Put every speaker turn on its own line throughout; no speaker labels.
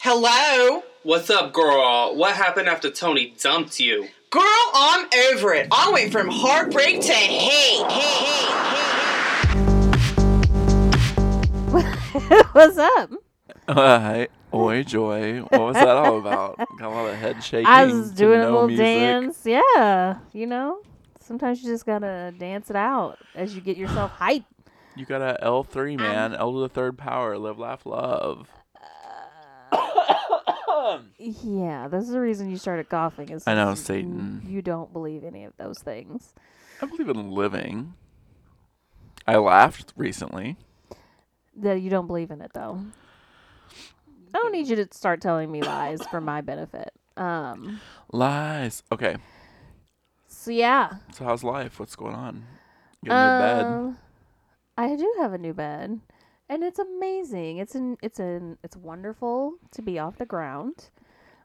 hello?
What's up, girl? What happened after Tony dumped you?
Girl, I'm over it. I went from heartbreak to hate, hate, hate, hate.
What's up?
Alright. Oi, Joy. What was that all about? Got a lot of head shaking.
I was
to
doing a
no
little
music.
dance. Yeah, you know, sometimes you just gotta dance it out as you get yourself hyped.
You got a L
Um,
three man, L to the third power, live, laugh, love.
Yeah, this is the reason you started coughing. Is
I know,
'cause you-
Satan.
You don't believe any of those things.
I believe in living. I laughed recently.
That you don't believe in it though. I don't need you to start telling me lies for my benefit. Um.
Lies. Okay.
So yeah.
So how's life? What's going on? You got a new bed.
Um, I do have a new bed, and it's amazing. It's an it's an it's wonderful to be off the ground,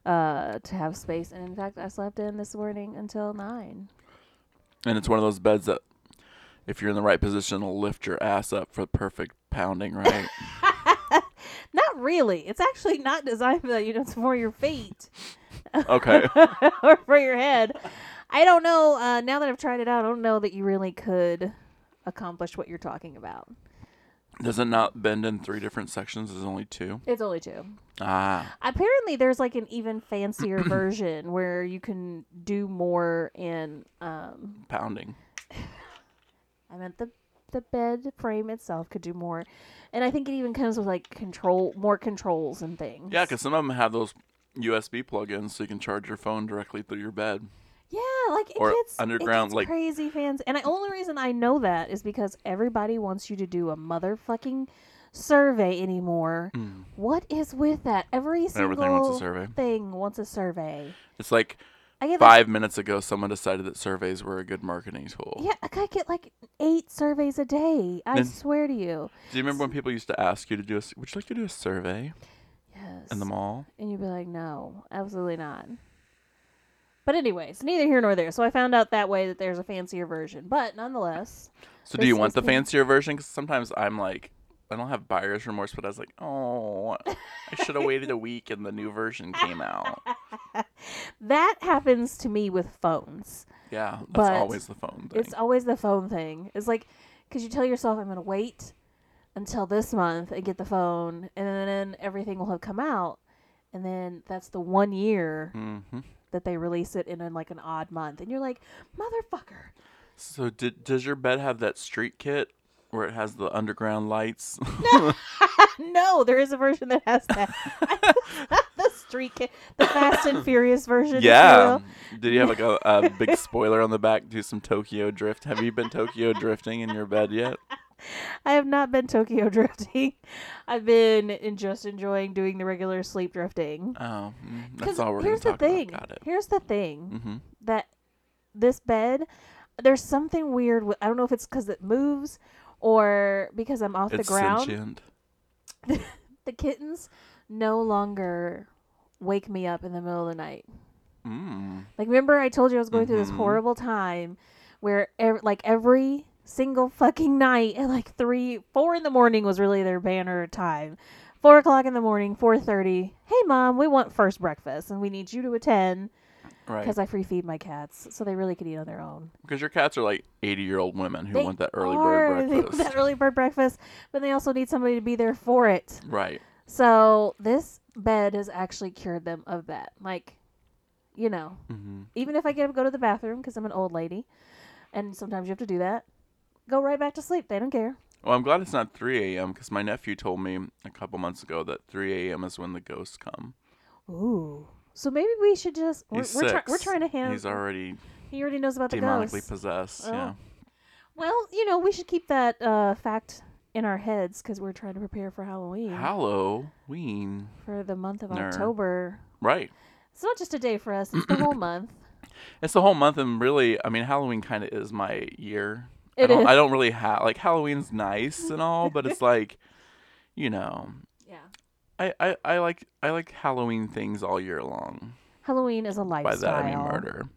uh, to have space. And in fact, I slept in this morning until nine.
And it's one of those beds that if you're in the right position will lift your ass up for perfect pounding, right?
Not really. It's actually not designed for that. You know, it's for your feet
okay.
or for your head. I don't know. Uh, now that I've tried it out, I don't know that you really could accomplish what you're talking about.
Does it not bend in three different sections? There's only two.
It's only two.
Ah.
apparently there's like an even fancier version where you can do more in um
Pounding.
i meant the the bed frame itself could do more and i think it even comes with like control more controls and things
Yeah, because some of them have those USB plugins, so you can charge your phone directly through your bed.
yeah like it
or
gets
underground,
it gets
like-
crazy fans and the only reason i know that is because everybody wants you to do a motherfucking survey anymore what is with that every single
Hmm. Everything wants a survey.
thing wants a survey
It's like
i get like
five minutes ago, someone decided that surveys were a good marketing tool.
Yeah, like, I get like eight surveys a day. I
Then-
swear to you.
Do you remember when people used to ask you to do a? s- Would you like to do a survey
Yes.
in the mall?
and you'd be like, no, absolutely not. But anyways, neither here nor there. So I found out that way that there's a fancier version. But nonetheless,
So do you
This
want
is
the
the-
fancier version? Because sometimes I'm like, I don't have buyer's remorse, but I was like, oh, I should have waited a week and the new version came out.
that happens to me with phones.
Yeah, that's
But
always the phone thing.
It's always the phone thing. It's like, because you tell yourself, I'm going to wait until this month and get the phone, and then everything will have come out. And then that's the one year
hmm
that they release it in, in like an odd month. And you're like, motherfucker.
So did, does your bed have that street kit where it has the underground lights?
No, there is a version that has that. the street kid, the Fast and Furious version. if you
Yeah.
will.
Did you have like a, a big spoiler on the back? Do some Tokyo drift. Have you been Tokyo drifting in your bed yet?
I have not been Tokyo drifting. I've been in just enjoying doing the regular sleep drifting.
Oh, mm, that's
'Cause
all we're going
here's
to talk
the thing.
about. Got it.
Here's the thing
Mm-hmm.
that this bed, there's something weird with. I don't know if it's because it moves or because I'm off
It's
the ground.
sentient.
The kittens no longer wake me up in the middle of the night.
Mm.
Like, remember I told you I was going through this
Mhm.
horrible time where, ev- like, every single fucking night at like three, four in the morning was really their banner time. Four o'clock in the morning, four thirty. Hey, mom, we want first breakfast, and we need you to attend
Right.
because I free feed my cats, so they really could eat on their own.
Because your cats are like 80 year old women who
They
want that early
Or
bird
they want
breakfast.
that early bird breakfast, but they also need somebody to be there for it.
Right.
So this bed has actually cured them of that. Like, you know,
Mm-hmm.
even if I get up, go to the bathroom because I'm an old lady, and sometimes you have to do that. Go right back to sleep. They don't care.
Well, I'm glad it's not 3 a.m. because my nephew told me a couple months ago that 3 a.m. is when the ghosts come.
Oooo. So maybe we should just we're
He's
we're, try-
six.
we're trying to hand.
He's already
he already knows about the
demonically
ghosts.
possessed.
Oh.
Yeah.
well, you know we should keep that uh, fact in our heads because we're trying to prepare for Halloween
Halloween.
for the month of
Ner.
October.
Right.
It's not just a day for us; it's the whole month.
It's the whole month, and really, I mean, Halloween kind of is my year. I
It
don't,
is.
I don't really have like Halloween's nice and all, but it's like, you know,
Yeah.
I, I, I like I like Halloween things all year long.
Halloween is a
By
lifestyle.
that I mean murder.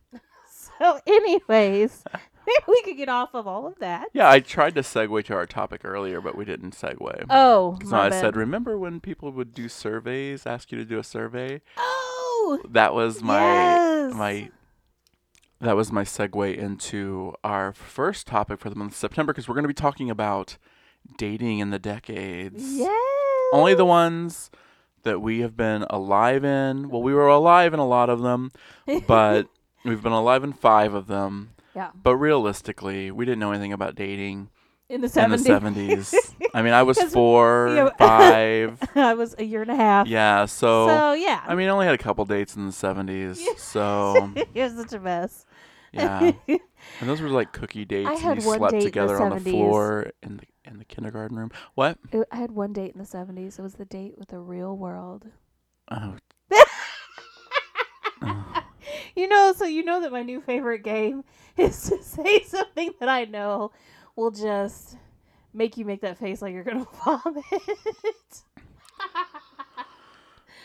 So, anyways, we could get off of all of that.
Yeah, I tried to segue to our topic earlier, but we didn't segue.
Oh,
Because
my
I
bad.
said, remember when people would do surveys, ask you to do a survey?
oh,
That was my
yes.
my that was my segue into our first topic for the month of September because we're going to be talking about dating in the decades.
yes.
Only the ones that we have been alive in. Well, we were alive in a lot of them, but we've been alive in five of them.
Yeah.
But realistically, we didn't know anything about dating
in the
in the
seventies.
70s. I mean, I was
'Cause-
four,
yeah.
five.
I was a year and a half.
Yeah, so,
so yeah,
I mean, I only had a couple dates in the 70s. So,
it was such a mess.
yeah. And those were like cookie dates.
I
and
had
you
one
slept
date in the
together on the
70s.
floor in the in the kindergarten room. What?
Ooh, I had one date in the seventies. It was the date with the real world.
Oh,
You know, so you know that my new favorite game is to say something that I know will just make you make that face like you're gonna vomit.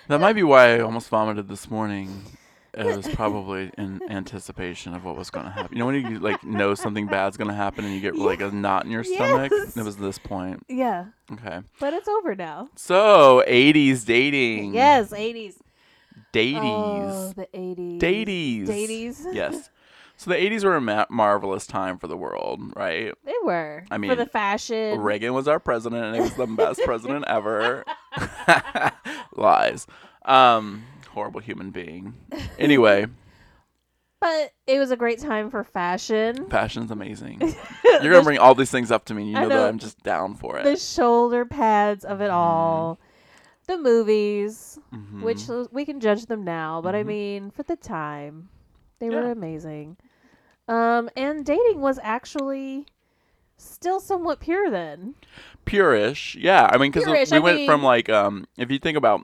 that might be why I almost vomited this morning. It was probably in anticipation of what was going to happen. You know when you like know something bad's going to happen and you get like a knot in your stomach.
Yes.
It was this point.
yeah,
Okay.
but it's over now.
So, 80s dating.
Yes, eighties. Oh,
Daties.
the eighties.
Daties.
Daties.
Yes. So the 80s were a ma- marvelous time for the world, right?
They were.
I
for
mean,
the fashion.
Reagan was our president, and he was the best president ever. Lies. Um, horrible human being. Anyway,
But it was a great time for fashion.
fashion's amazing. You're gonna bring all these things up to me. and You
I
know,
know.
that I'm just down for
The
it.
shoulder pads of
Mm-hmm.
it all. The movies,
Mhm.
which l- we can judge them now, but I
Mhm.
mean, for the time, they were
Yeah.
amazing. Um, and dating was actually still somewhat pure then.
purish, yeah. I mean,
Pure-ish,
because we
I
went from
mean-
like, um, if you think about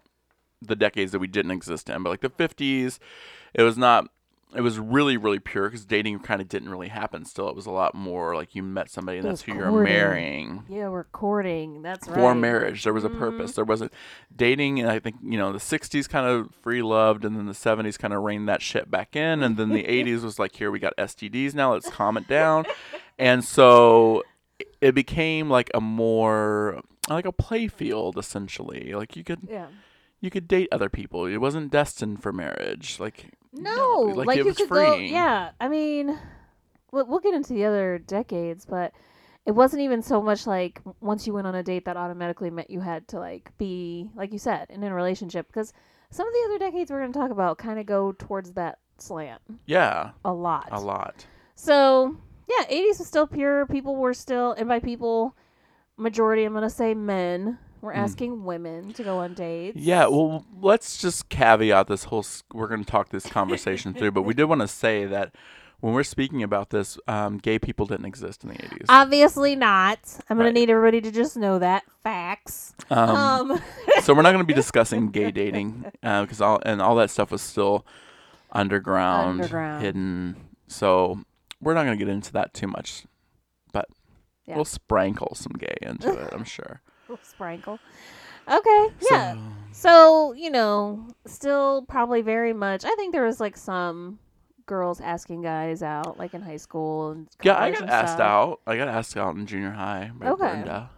the decades that we didn't exist in, but like the 50s, it was not. It was really, really pure because dating kind of didn't really happen. Still, it was a lot more like you met somebody and
It
that's
was
who you're
courting.
marrying.
Yeah, we're courting. That's right.
for marriage. There was a purpose.
Mhm.
There wasn't dating, and I think you know the '60s kind of free loved, and then the '70s kind of reined that shit back in, and then the '80s was like, here we got STDs now, let's calm it down, and so it became like a more like a play field essentially. Like you could
Yeah.
you could date other people. It wasn't destined for marriage. Like
No,
like,
like,
it
you
was
could
free.
go. Yeah, I mean, we'll, we'll get into the other decades, but it wasn't even so much like w- once you went on a date that automatically meant you had to like be like you said and in a relationship because some of the other decades we're going to talk about kind of go towards that slant
yeah,
a lot.
a lot.
So yeah, eighties was still pure. People were still, and by people, majority I'm going to say men were
Mm.
asking women to go on dates.
Yeah, well, let's just caveat this whole. s- We're going to talk this conversation through, but we did want to say that when we're speaking about this, um, gay people didn't exist in the eighties.
Ah, Obviously not. I'm going
Right.
to need everybody to just know that facts.
Um,
Um,
so we're not going to be discussing gay dating because all and all that stuff was still underground,
Underground.
hidden. So we're not going to get into that too much, but
Yeah.
we'll sprinkle some gay into it. I'm sure.
sprinkle. Okay, yeah.
So,
So, you know, still probably very much. I think there was like some girls asking guys out, like in high school and
yeah, I
college
got
and
asked
stuff.
out. I got asked out in junior high by
Okay.
Brenda.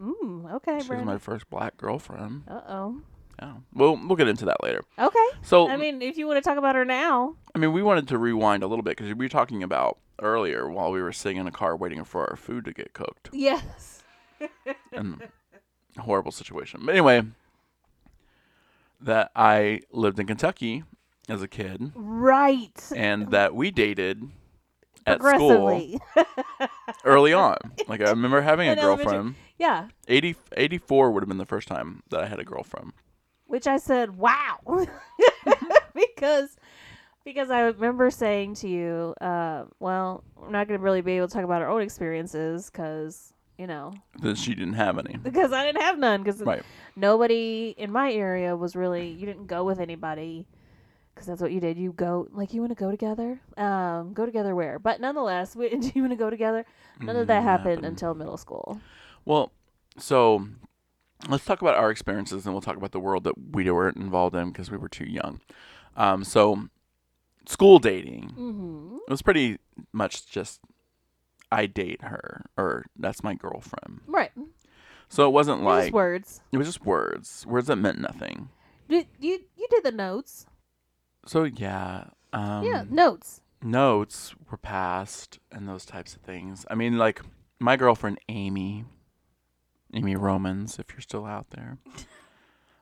Mm, okay,
She was my first black girlfriend.
Uh oh.
Yeah. Well, we'll get into that later.
Okay.
So,
I mean, if you want to talk about her now,
we wanted to rewind a little bit because we were talking about earlier while we were sitting in a car waiting for our food to get cooked
yes.
and a horrible situation. But anyway, that I lived in Kentucky as a kid
Right.
and that we dated at school
Progressively.
early on. Like, I remember having a
In elementary-
girlfriend.
Yeah.
80, 84 would have been the first time that I had a girlfriend.
which I said, "Wow," because because I remember saying to you, uh, "Well, we're not going to really be able to talk about our own experiences because you know
Then she didn't have any.
because I didn't have none because
Right.
nobody in my area was really you didn't go with anybody because that's what you did. You go like you want to go together, um, go together where? But nonetheless, we, do you want to go together? None of that
Mm,
happened
happened.
until middle school.
Well, so let's talk about our experiences, and we'll talk about the world that we weren't involved in because we were too young. Um, so, school dating
Mm-hmm.
it was pretty much just I date her or that's my girlfriend.
Right.
So it wasn't
Like,
like
words.
it was just words, words that meant nothing.
You, you you did the notes.
So yeah, um,
yeah, notes.
notes were passed and those types of things. I mean, like my girlfriend Amy, Amy Romans, if you're still out there,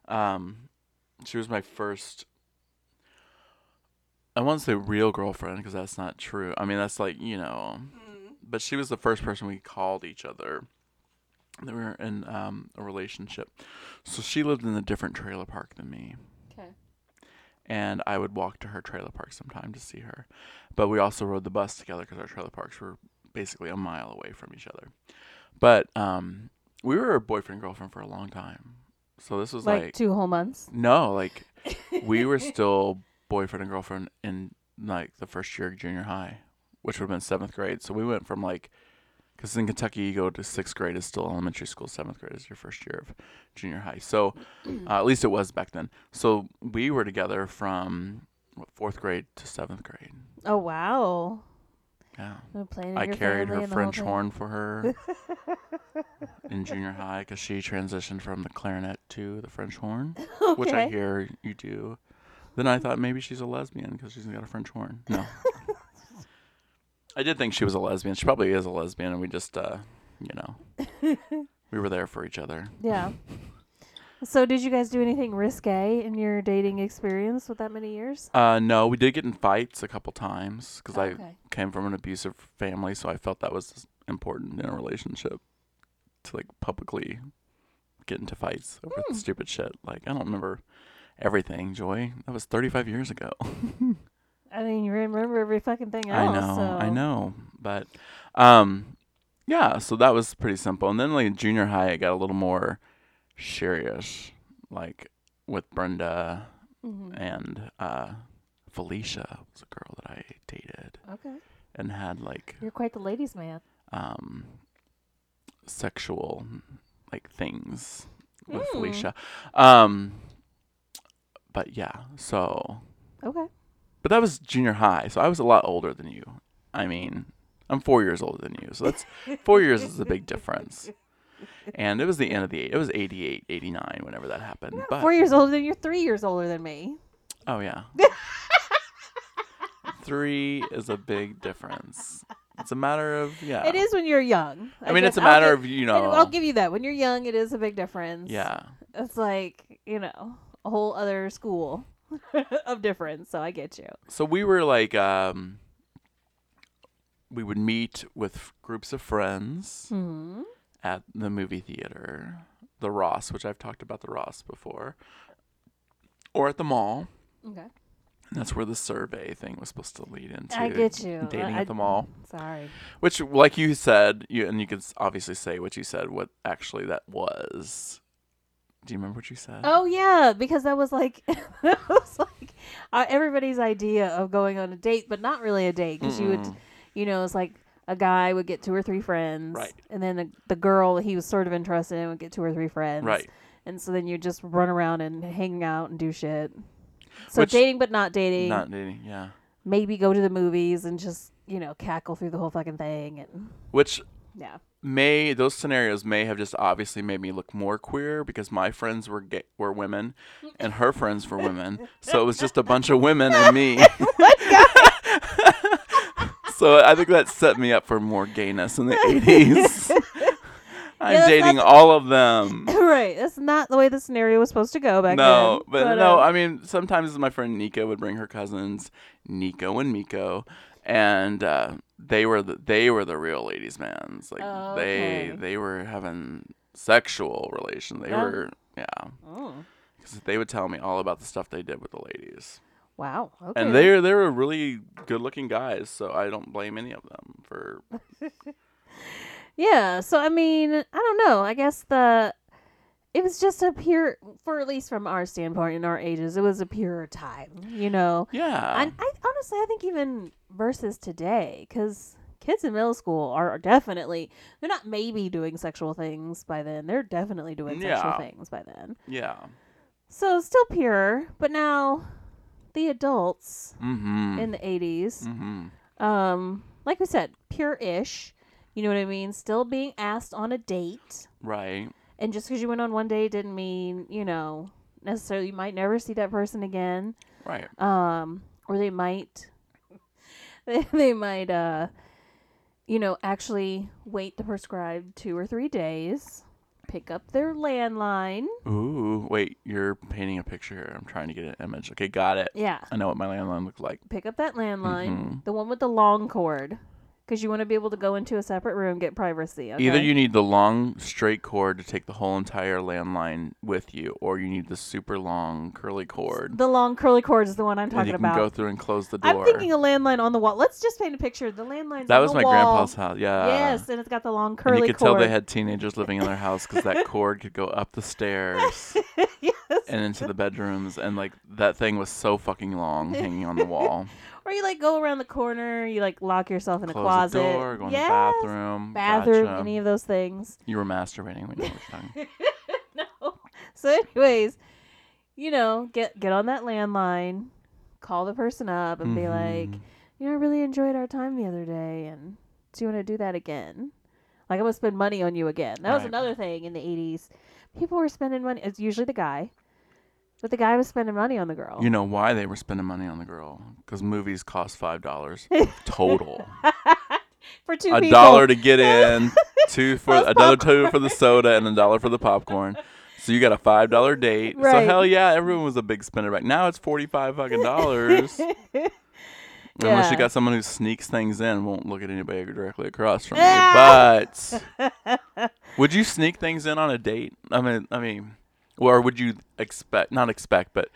um, she was my first. I want to say real girlfriend because that's not true. I mean, that's like you know, but she was the first person we called each other. That we were in um, a relationship, so she lived in a different trailer park than me
Okay.
and I would walk to her trailer park sometime to see her. But we also rode the bus together because our trailer parks were basically a mile away from each other. But um, we were boyfriend girlfriend for a long time, so this was
Like,
like,
two whole months.
no, like we were still boyfriend and girlfriend in like the first year of junior high, which would have been seventh grade. So we went from like, because in Kentucky you go to sixth grade is still elementary school, seventh grade is your first year of junior high. So uh, at least it was back then. So we were together from what, fourth grade to seventh grade.
Oh wow.
Yeah.
We're playing in
I
your
carried
family and
her
the whole
French
thing.
horn for her in junior high because she transitioned from the clarinet to the French horn, which I
Okay.
hear you do. Then I thought maybe she's a lesbian because she's got a French horn. No. I did think she was a lesbian. She probably is a lesbian, and we just, uh, you know, we were there for each other.
Yeah. So did you guys do anything risque in your dating experience with that many years?
Uh, no, we did get in fights a couple times because I
Okay.
came from an abusive family, so I felt that was important in a relationship to like publicly get into fights over
Hmm.
stupid shit. Like I don't remember everything, Joy. That was 35 years ago.
I mean, you remember every fucking thing
I
else.
know,
so.
I know, but um, yeah. So that was pretty simple. And then like in junior high, it got a little more serious, like with Brenda
Mhm.
and uh, Felicia was a girl that I dated.
Okay.
and had like
You're quite the ladies' man.
um sexual like things with
Mm.
Felicia. Um but yeah, so
Okay.
but that was junior high, so I was a lot older than you. I mean, I'm four years older than you, so that's four years is a big difference. And it was the end of the eight. It was 88, 89, whenever that happened. But
Four years older than you're three years older than me.
oh yeah, three is a big difference. It's a matter of yeah.
It is when you're young.
Uh, I, mean,
guess
it's a
I'll
matter
give-
of you
and
know.
I'll give you that. When you're young, it is a big difference.
Yeah.
It's like, you know, a whole other school of difference. So I get you.
So we were like, um, we would meet with groups of friends
hmm
at the movie theater, the Ross, which I've talked about the Ross before, or at the mall.
Okay.
And that's where the survey thing was supposed to lead into.
I get you.
Dating
I-
at the mall,
Sorry.
which, like you said, you and you could s- obviously say what you said. What actually that was. Do you remember what you said?
Oh yeah, because that was like, that was like uh, everybody's idea of going on a date, but not really a date because you would,
Mm-mm.
you know, it's like a guy would get two or three friends,
Right.
And then the, the girl he was sort of interested in would get two or three friends,
Right.
And so then you just run around and hang out and do shit. So
Which-
dating, but not dating.
Not dating. Yeah.
Maybe go to the movies and just you know cackle through the whole fucking thing and
Which
yeah.
may those scenarios may have just obviously made me look more queer because my friends were gay, were women and her friends were women so it was just a bunch of women and me so i think that set me up for more gayness in the 80s i'm
Yeah, that's
dating
not-
all of them
right. That's not the way the scenario was supposed to go back
no,
then.
but, no.
uh,
I mean, sometimes my friend Nika would bring her cousins, Nico and Miko, and uh, they were the, they were the real ladies' mans. Like
Oh, okay.
they they were having sexual relations. They
Yeah.
were yeah,
mm.
because they would tell me all about the stuff they did with the ladies,
Wow. Okay.
and they they were really good looking guys. So I don't blame any of them for
Yeah, so I mean, I don't know. I guess the it was just a pure for at least from our standpoint in our ages, it was a pure time, you know.
yeah.
And I honestly, I think even versus today cuz kids in middle school are definitely they're not maybe doing sexual things by then. They're definitely doing sexual
Yeah.
things by then.
yeah.
So still pure, but now the adults
Mm-hmm.
in the 80s
mm-hmm.
um like we said pure-ish You know what I mean? Still being asked on a date.
Right.
And just because you went on one date didn't mean, you know, necessarily you might never see that person again.
Right.
Um, or they might, they, they might, uh, you know, actually wait the prescribed two or three days, pick up their landline.
Ooh, wait, you're painting a picture. I'm trying to get an image. Okay, got it.
Yeah.
I know what my landline looked like.
Pick up that landline,
Mm-hmm.
the one with the long cord, because you want to be able to go into a separate room, get privacy. Okay?
Either you need the long straight cord to take the whole entire landline with you, or you need the super long curly cord
the long curly cord is the one I'm
and
talking
you can
about.
go through and close the door.
I'm thinking a landline on the wall. Let's just paint a picture. The landline's
that
on
was
the
my
wall.
grandpa's house. Yeah.
Yes, and it's got the long
And
curly
you could
cord.
tell they had teenagers living in their house because that cord could go up the stairs
yes.
and into the bedrooms, and like that thing was so fucking long, hanging on the wall.
Or you like go around the corner, you like lock yourself in a
Close
closet.
the door, go in
Yes.
the bathroom.
Bathroom,
Gotcha.
any of those things.
You were masturbating. We know what you're talking.
No. So anyways, you know, get get on that landline, call the person up and be like,
Mhm.
you know, I really enjoyed our time the other day and do you want to do that again? Like I'm gonna spend money on you again. That was
Right.
another thing in the eighties. People were spending money it's usually the guy. But the guy was spending money on the girl.
You know why they were spending money on the girl? Because movies cost five dollars total.
for two
a
people.
dollar to get in, two for
Plus
another two for the soda, and a dollar for the popcorn. So you got a five dollar date. So
Right.
hell yeah, everyone was a big spender back. Now it's forty five fucking dollars. Unless
Yeah.
you got someone who sneaks things in, won't look at anybody directly across from you.
Ah.
But would you sneak things in on a date? I mean, I mean, or would you expect not expect, but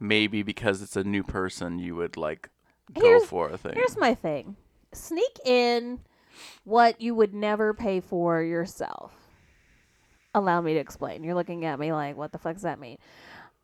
maybe because it's a new person, you would like go
Here's-
for a thing.
Here's my thing sneak in what you would never pay for yourself. Allow me to explain. You're looking at me like, what the fuck does that mean?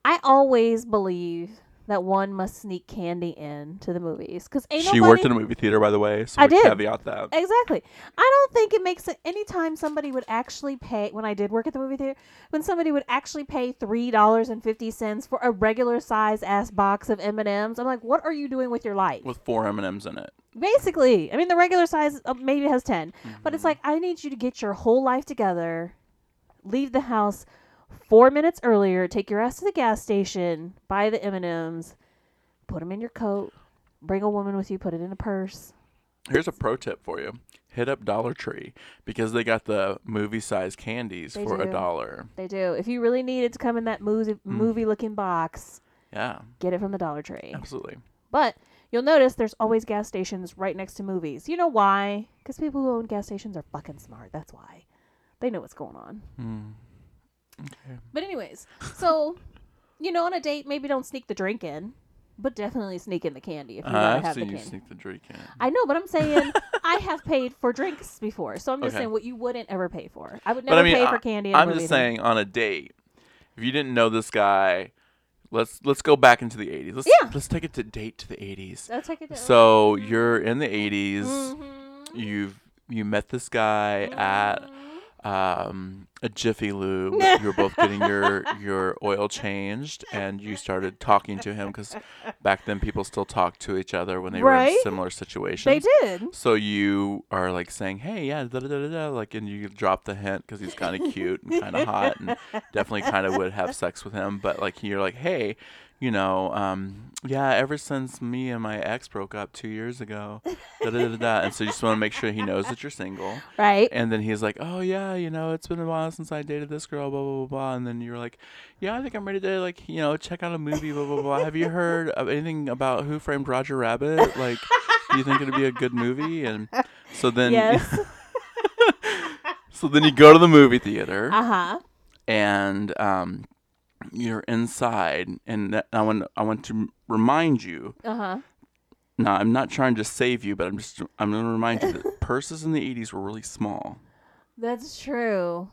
I always believe that one must sneak candy in to the movies because ain't
She
nobody-
worked in a movie theater, by the way, so
I
we
did.
caveat that.
Exactly. I don't think it makes it any time somebody would actually pay when I did work at the movie theater, when somebody would actually pay three dollars and fifty cents for a regular size ass box of M and M's. I'm like, what are you doing with your life?
with four M and M's in it.
Basically, I mean the regular size uh, maybe has 10 but it's like I need you to get your whole life together, leave the house four minutes earlier, take your ass to the gas station, buy the M and M's, put them in your coat, bring a woman with you, put it in a purse.
Here's a pro tip for you: hit up Dollar Tree because they got the movie size candies
They
for a
do.
dollar.
They do. If you really need it to come in that movie movie looking box,
Yeah,
get it from the Dollar Tree.
absolutely.
But you'll notice there's always gas stations right next to movies. You know why? Because people who own gas stations are fucking smart. That's why. They know what's going on.
Hmm.
But anyways, so you know, on a date, maybe don't sneak the drink in, but definitely sneak in the candy if you
Uh,
want to
I've
have the
seen you
candy.
sneak the drink in.
I know, but I'm saying I have paid for drinks before, so I'm just
Okay.
saying what you wouldn't ever pay for. I would
But
never
I mean,
pay
I,
for candy. In a
I'm
movie
just
theater.
saying, on a date, if you didn't know this guy, let's let's go back into the 80s. Let's,
Yeah.
let's take it to date to the 80s.
I'll take it down.
So you're in the 80s.
Mhm.
You've you met this guy at um, a Jiffy Lube. you were both getting your your oil changed, and you started talking to him because back then people still talked to each other when they were
Right?
in similar situations.
they did.
So you are like saying, "Hey, yeah, da da da da,", da like, and you drop the hint because he's kind of cute and kind of hot, and definitely kind of would have sex with him. But like, you're like, "Hey, you know, um, yeah, ever since me and my ex broke up two years ago, da da da da,", da," and so you just want to make sure he knows that you're single.
Right.
And then he's like, "Oh yeah, you know, it's been a while since I dated this girl, blah blah blah blah." And then you're like, "Yeah, I think I'm ready to like, you know, check out a movie, blah blah blah." Have you heard of anything about Who Framed Roger Rabbit? Like, do you think it'd be a good movie? And so then,
Yes.
so then you go to the movie theater
Uh huh.
and um, you're inside, and that- I want I want to remind you
Uh huh.
no, I'm not trying to save you, but I'm just I'm going to remind you that purses in the 80s were really small
That's true.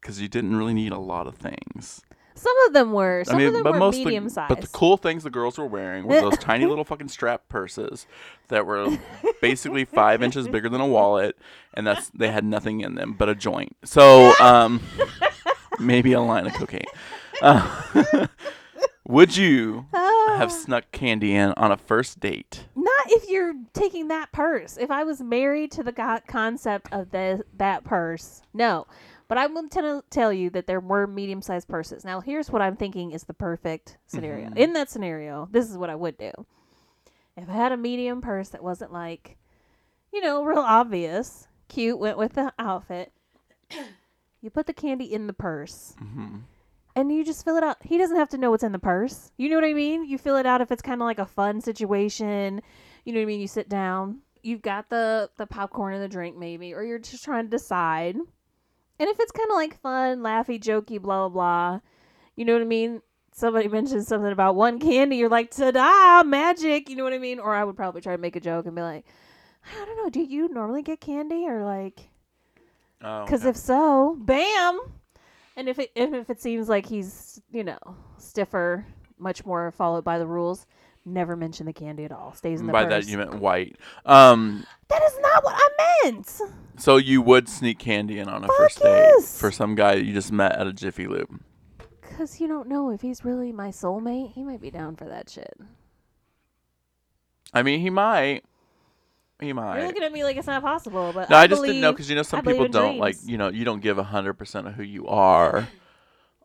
because you didn't really need a lot of things.
Some of them were. Some of them were
the-
medium sized.
But the cool things the girls were wearing were those tiny little fucking strap purses that were basically five inches bigger than a wallet, and that's they had nothing in them but a joint. So um, maybe a line of cocaine.
Oh.
Uh, would you have snuck candy in on a first date?
Not if you're taking that purse. If I was married to the go- concept of the, that purse, no. But I'm going to tell you that there were medium sized purses. Now, here's what I'm thinking is the perfect scenario.
Mhm.
In that scenario, this is what I would do. If I had a medium purse that wasn't like, you know, real obvious, cute, went with the outfit, you put the candy in the purse
hmm
and you just fill it out. He doesn't have to know what's in the purse. You know what I mean? You fill it out if it's kind of like a fun situation. You know what I mean? You sit down. You've got the the popcorn and the drink maybe, or you're just trying to decide. And if it's kind of like fun, laughy, jokey, blah blah blah. You know what I mean? Somebody mentioned something about one candy. You're like, ta-da, magic. You know what I mean? Or I would probably try to make a joke and be like, I don't know. Do you normally get candy or like?
Oh,
Because
okay.
if so, bam. And if it and if it seems like he's you know stiffer, much more followed by the rules, never mention the candy at all. Stays in the
Mm, by
purse.
that you meant white. Um,
that is not what I meant.
so you would sneak candy in on a
Fuck
first date
yes.
for some guy you just met at a Jiffy Lube.
Because you don't know if he's really my soulmate. He might be down for that shit.
I mean, he might. He might.
You're looking at me like it's not possible, but
No,
I,
I, just didn't know
believe-
because you know
I
some
believe
people
in
don't like
dreams.
you know you don't give hundred percent of who you are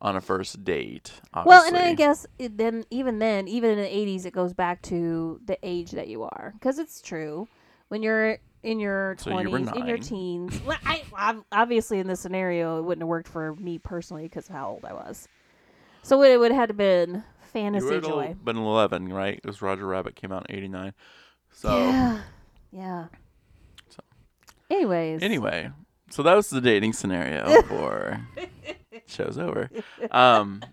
on a first date. Obviously.
Well, and then I guess it, then even then, even in the '80s, it goes back to the age that you are, because it's true. When you're in your
So you were
twenties, in your
nine.
teens, well, I, ob- obviously in this scenario, it wouldn't have worked for me personally because of how old I was. So it would have been
you
fantasy
were
joy.
el- been eleven, right? It was Roger Rabbit came out in eighty nine. So
Yeah, yeah.
So.
Anyways,
anyway, so that was the dating scenario for show's over. Um,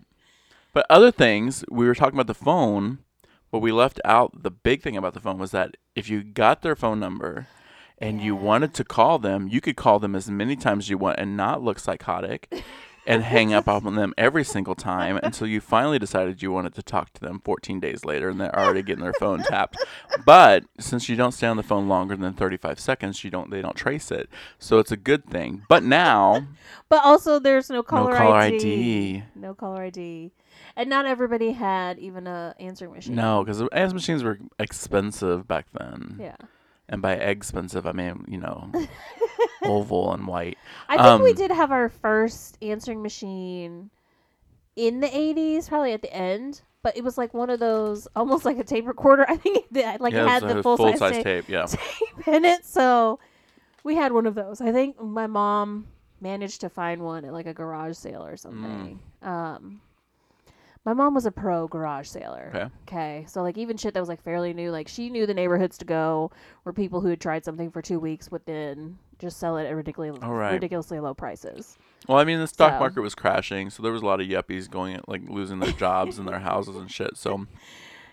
but other things we were talking about the phone, but we left out the big thing about the phone was that if you got their phone number. And you wanted to call them, you could call them as many times as you want and not look psychotic and hang up on them every single time until you finally decided you wanted to talk to them 14 days later and they're already getting their phone tapped. But since you don't stay on the phone longer than 35 seconds, you don't they don't trace it. So it's a good thing. But now,
but also there's no
no
caller,
caller
ID.
ID.
no caller ID, and not everybody had even a answering machine.
No, 'cause No, cuz AS machines were expensive back then.
Yeah.
And by expensive, I mean, you know, oval and white.
I think we
Um,
did have our first answering machine in the 80s, probably at the end, but it was like one of those almost like a tape recorder. I think it did, like it
it
had
was
the
a
full size
full-size
tape,
tape, yeah.
tape in it. So we had one of those. I think my mom managed to find one at like a garage sale or something.
Mm.
Um my mom was a pro garage sailor.
Okay.
Okay. So like even shit that was like fairly new, like she knew the neighborhoods to go where people who had tried something for two weeks would then just sell it at ridiculously
All right.
ridiculously low prices.
Well, I mean, the stock
So-
market was crashing, so there was a lot of yuppies going like losing their jobs and their houses and shit. So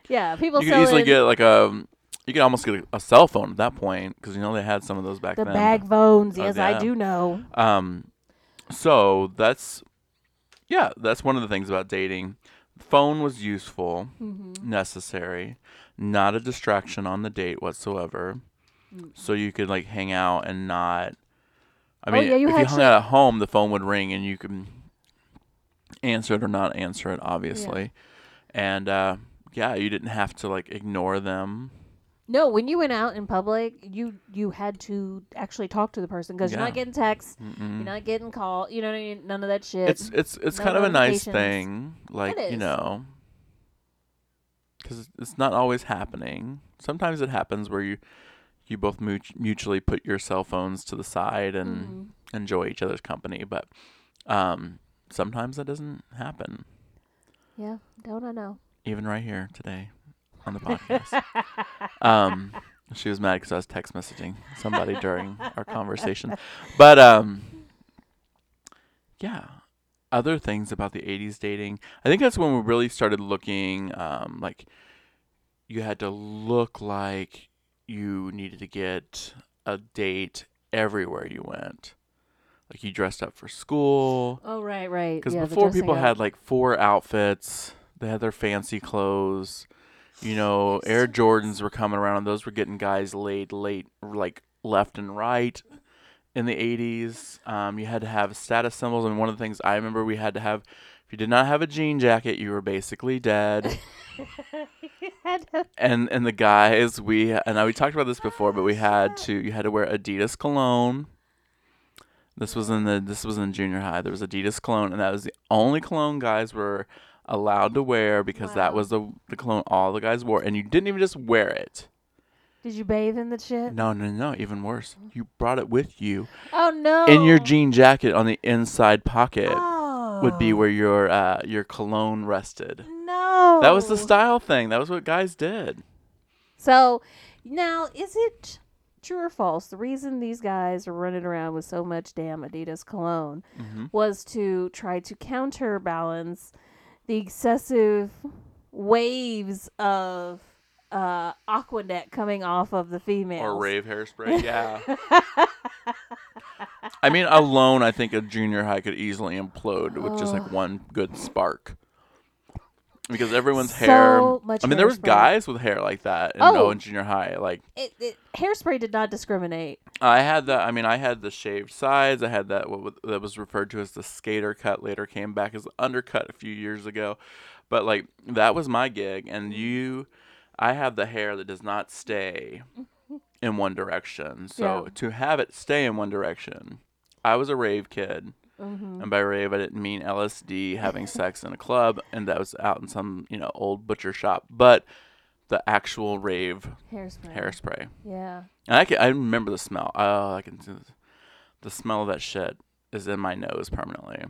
Yeah, people
you could
selling
easily get like a, you could almost get a, a cell phone at that point because you know they had some of those back
the
then.
bag phones.
Oh,
Yes,
yeah.
I do know.
Um, so that's, yeah, that's one of the things about dating. Phone was useful,
Mm-hmm.
necessary, not a distraction on the date whatsoever.
Mm.
So you could like hang out and not. I
Oh,
mean,
yeah, you
if you
had
hung
to-
out at home, the phone would ring and you could answer it or not answer it, obviously. And uh, yeah, you didn't have to like ignore them.
No, when you went out in public, you you had to actually talk to the person because you're
Yeah.
not getting texts,
Mm-mm.
you're not getting call, you know what I mean? None of that shit.
it's it's it's
no
kind of a nice
notifications.
thing, like
It
you
is.
know, because it's not always happening. Sometimes it happens where you you both mut- mutually put your cell phones to the side and
Mhm.
enjoy each other's company, but um, sometimes that doesn't happen.
Yeah, don't I know?
Even right here today on the podcast, um, she was mad because I was text messaging somebody during our conversation, but um, yeah other things about the 80s dating i think that's when we really started looking um, like you had to look like you needed to get a date everywhere you went like you dressed up for school
Oh right, right.
because
yeah, the
before
dressing
people
up.
had like four outfits they had their fancy clothes you know air jordans were coming around and those were getting guys laid late like left and right in the 80s. Um, you had to have status symbols, and one of the things I remember we had to have. If you did not have a jean jacket, you were basically dead. and and the guys, we and I, we talked about this before, but we had to you had to wear Adidas cologne. This was in the this was in junior high. There was Adidas cologne, and that was the only cologne guys were allowed to wear because that
Wow.
was the the cologne all the guys wore, and you didn't even just wear it.
Did you bathe in the shit?
No, no, no. Even worse, you brought it with you
Oh no.
in your jean jacket on the inside pocket
oh.
would be where your uh, your cologne rested.
No.
That was the style thing. That was what guys did.
So now, is it true or false? The reason these guys are running around with so much damn Adidas cologne was to try to counterbalance the excessive waves of uh, Aquanet coming off of the females.
Or rave hairspray. Yeah. I mean, alone, I think a junior high could easily implode with just like one good spark. Because everyone's hair.
So much
I mean, there was
hairspray.
guys with hair like that in,
Oh.
in junior high. Like
It, it, hairspray did not discriminate.
I had the. I mean, I had the shaved sides. I had that what wa- that was referred to as the skater cut. Later came back as the undercut a few years ago, but like that was my gig. And you, I have the hair that does not stay in one direction. So
Yeah.
to have it stay in one direction, I was a rave kid.
Mhm.
And by rave, I didn't mean LSD, having sex in a club, and that was out in some you know old butcher shop, but the actual rave
Hairspray.
hairspray.
Yeah.
And I can I remember the smell. Oh, I can see this. the smell of that shit is in my nose permanently.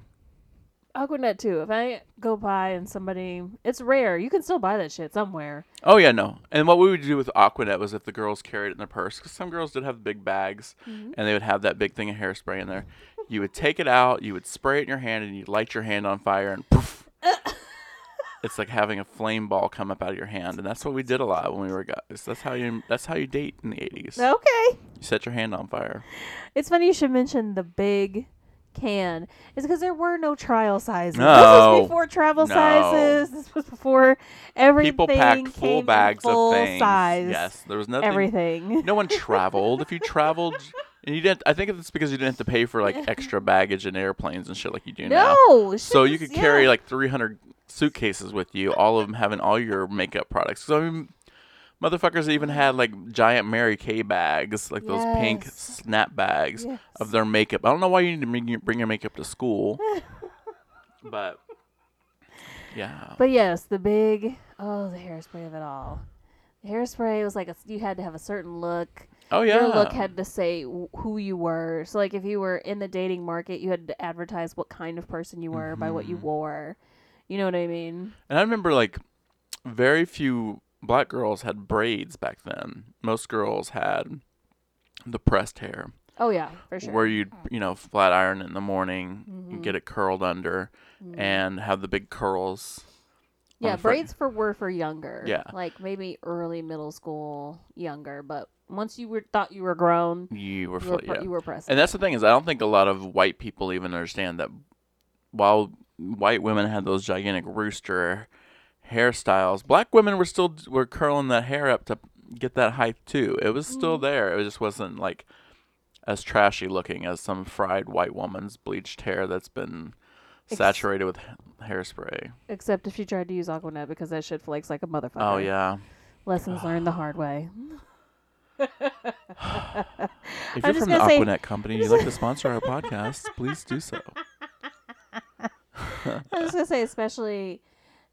Aquanet too. If I go by and somebody, it's rare. You can still buy that shit somewhere.
Oh yeah, no. And what we would do with Aquanet was if the girls carried it in their purse, because some girls did have big bags,
Mm-hmm.
and they would have that big thing of hairspray in there. You would take it out, you would spray it in your hand, and you'd light your hand on fire, and poof. It's like having a flame ball come up out of your hand, and that's what we did a lot when we were guys. That's how you. That's how you date in the eighties.
Okay.
You set your hand on fire.
It's funny you should mention the big can. It's because there were no trial sizes. This
No.
was before travel
No.
sizes. This was before everything
People packed
came
full
in
bags
full
of things.
Size.
Yes, there was nothing.
Everything.
no one traveled. if you traveled, and you didn't, I think it's because you didn't have to pay for like extra baggage in airplanes and shit like you do now.
No. shit
So you
was-
could carry
yeah.
like 300 suitcases with you, all of them having all your makeup products. So I mean, motherfuckers even had like giant Mary Kay bags, like those pink
Yes.
snap bags
Yes.
of their makeup. I don't know why you need to bring your, bring your makeup to school, but yeah.
But yes, the big oh, the hairspray of it all. The hairspray was like a, you had to have a certain look.
Oh yeah.
Your look had to say wh- who you were. So, like, if you were in the dating market, you had to advertise what kind of person you were by what
Mm-hmm.
you wore. You know what I mean?
And I remember like very few black girls had braids back then. Most girls had the pressed hair
Oh yeah, for sure. Mm-hmm.
where you'd, you know, flat iron it in the morning and get it curled under and have the big curls. on
yeah,
the front.
braids for were for younger.
Yeah.
like maybe early middle school, younger. But once you were thought you were grown,
You were
you were,
flat,
pre-
yeah.
you were pressed.
And that's the thing is I don't think a lot of white people even understand that while white women had those gigantic rooster hairstyles, black women were still were curling that hair up to get that height too. It was still
Mm.
there. It just wasn't like as trashy looking as some fried white woman's bleached hair that's been
Ex-
saturated with ha- hairspray.
Except if you tried to use Aquanet because that shit flakes like a motherfucker.
Oh yeah.
lessons learned the hard way.
If
I'm
you're
just
from the
gonna say-
Aquanet company and you'd like to sponsor our podcast, please do so.
I was gonna say, especially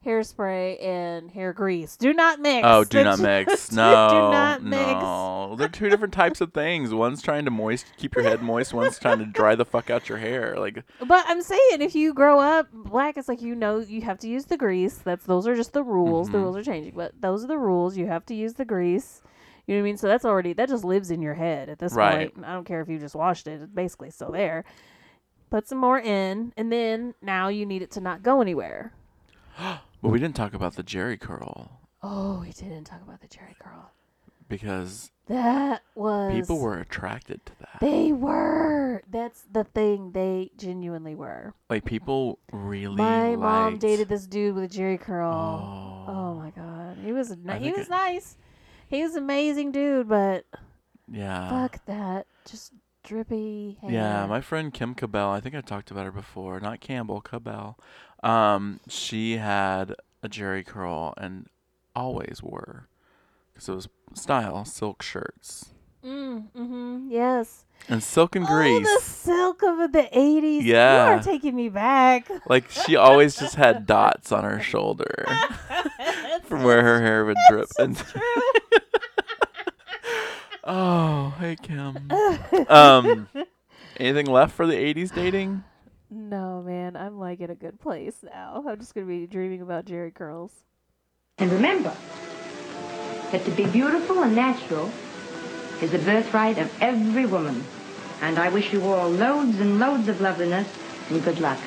hairspray and hair grease. Do not mix.
Oh, do
The
not
two-
mix.
do
No,
not mix.
no. They're two different types of things. One's trying to moist, keep your head moist. One's trying to dry the fuck out your hair. Like,
But I'm saying, if you grow up black, it's like you know you have to use the grease. That's those are just the rules. The
Mhm.
rules are changing, but those are the rules. You have to use the grease. You know what I mean? So that's already that just lives in your head at this
Right.
point. I don't care if you just washed it; it's basically still there. Put some more in, and then now you need it to not go anywhere.
but we didn't talk about the Jerry curl
Oh, we didn't talk about the Jerry curl.
because
That was
people were attracted to that.
They were. That's the thing. They genuinely were.
Like, people really.
My mom
liked-
dated this dude with a jerry curl.
Oh.
Oh, my god, he was ni-
I
he
think
was
it-
nice. He was an amazing dude, but
Yeah.
fuck that. Just drippy hair.
Uh. Yeah, my friend Kim Cabell, I think I talked about her before, not Campbell, Cabell. Um, she had a jerry curl and always wore because it was style silk shirts
Mm, hmm yes.
and silk and grease.
Oh, the silk of the 80s. You
Yeah.
are taking me back.
Like she always just had dots on her shoulder from where her hair would drip. And oh, hey Kim. Um, anything left for the '80s dating?
no, man. I'm like at a good place now. I'm just going to be dreaming about Jerry Curls.
And remember that to be beautiful and natural is the birthright of every woman. And I wish you all loads and loads of loveliness and good luck.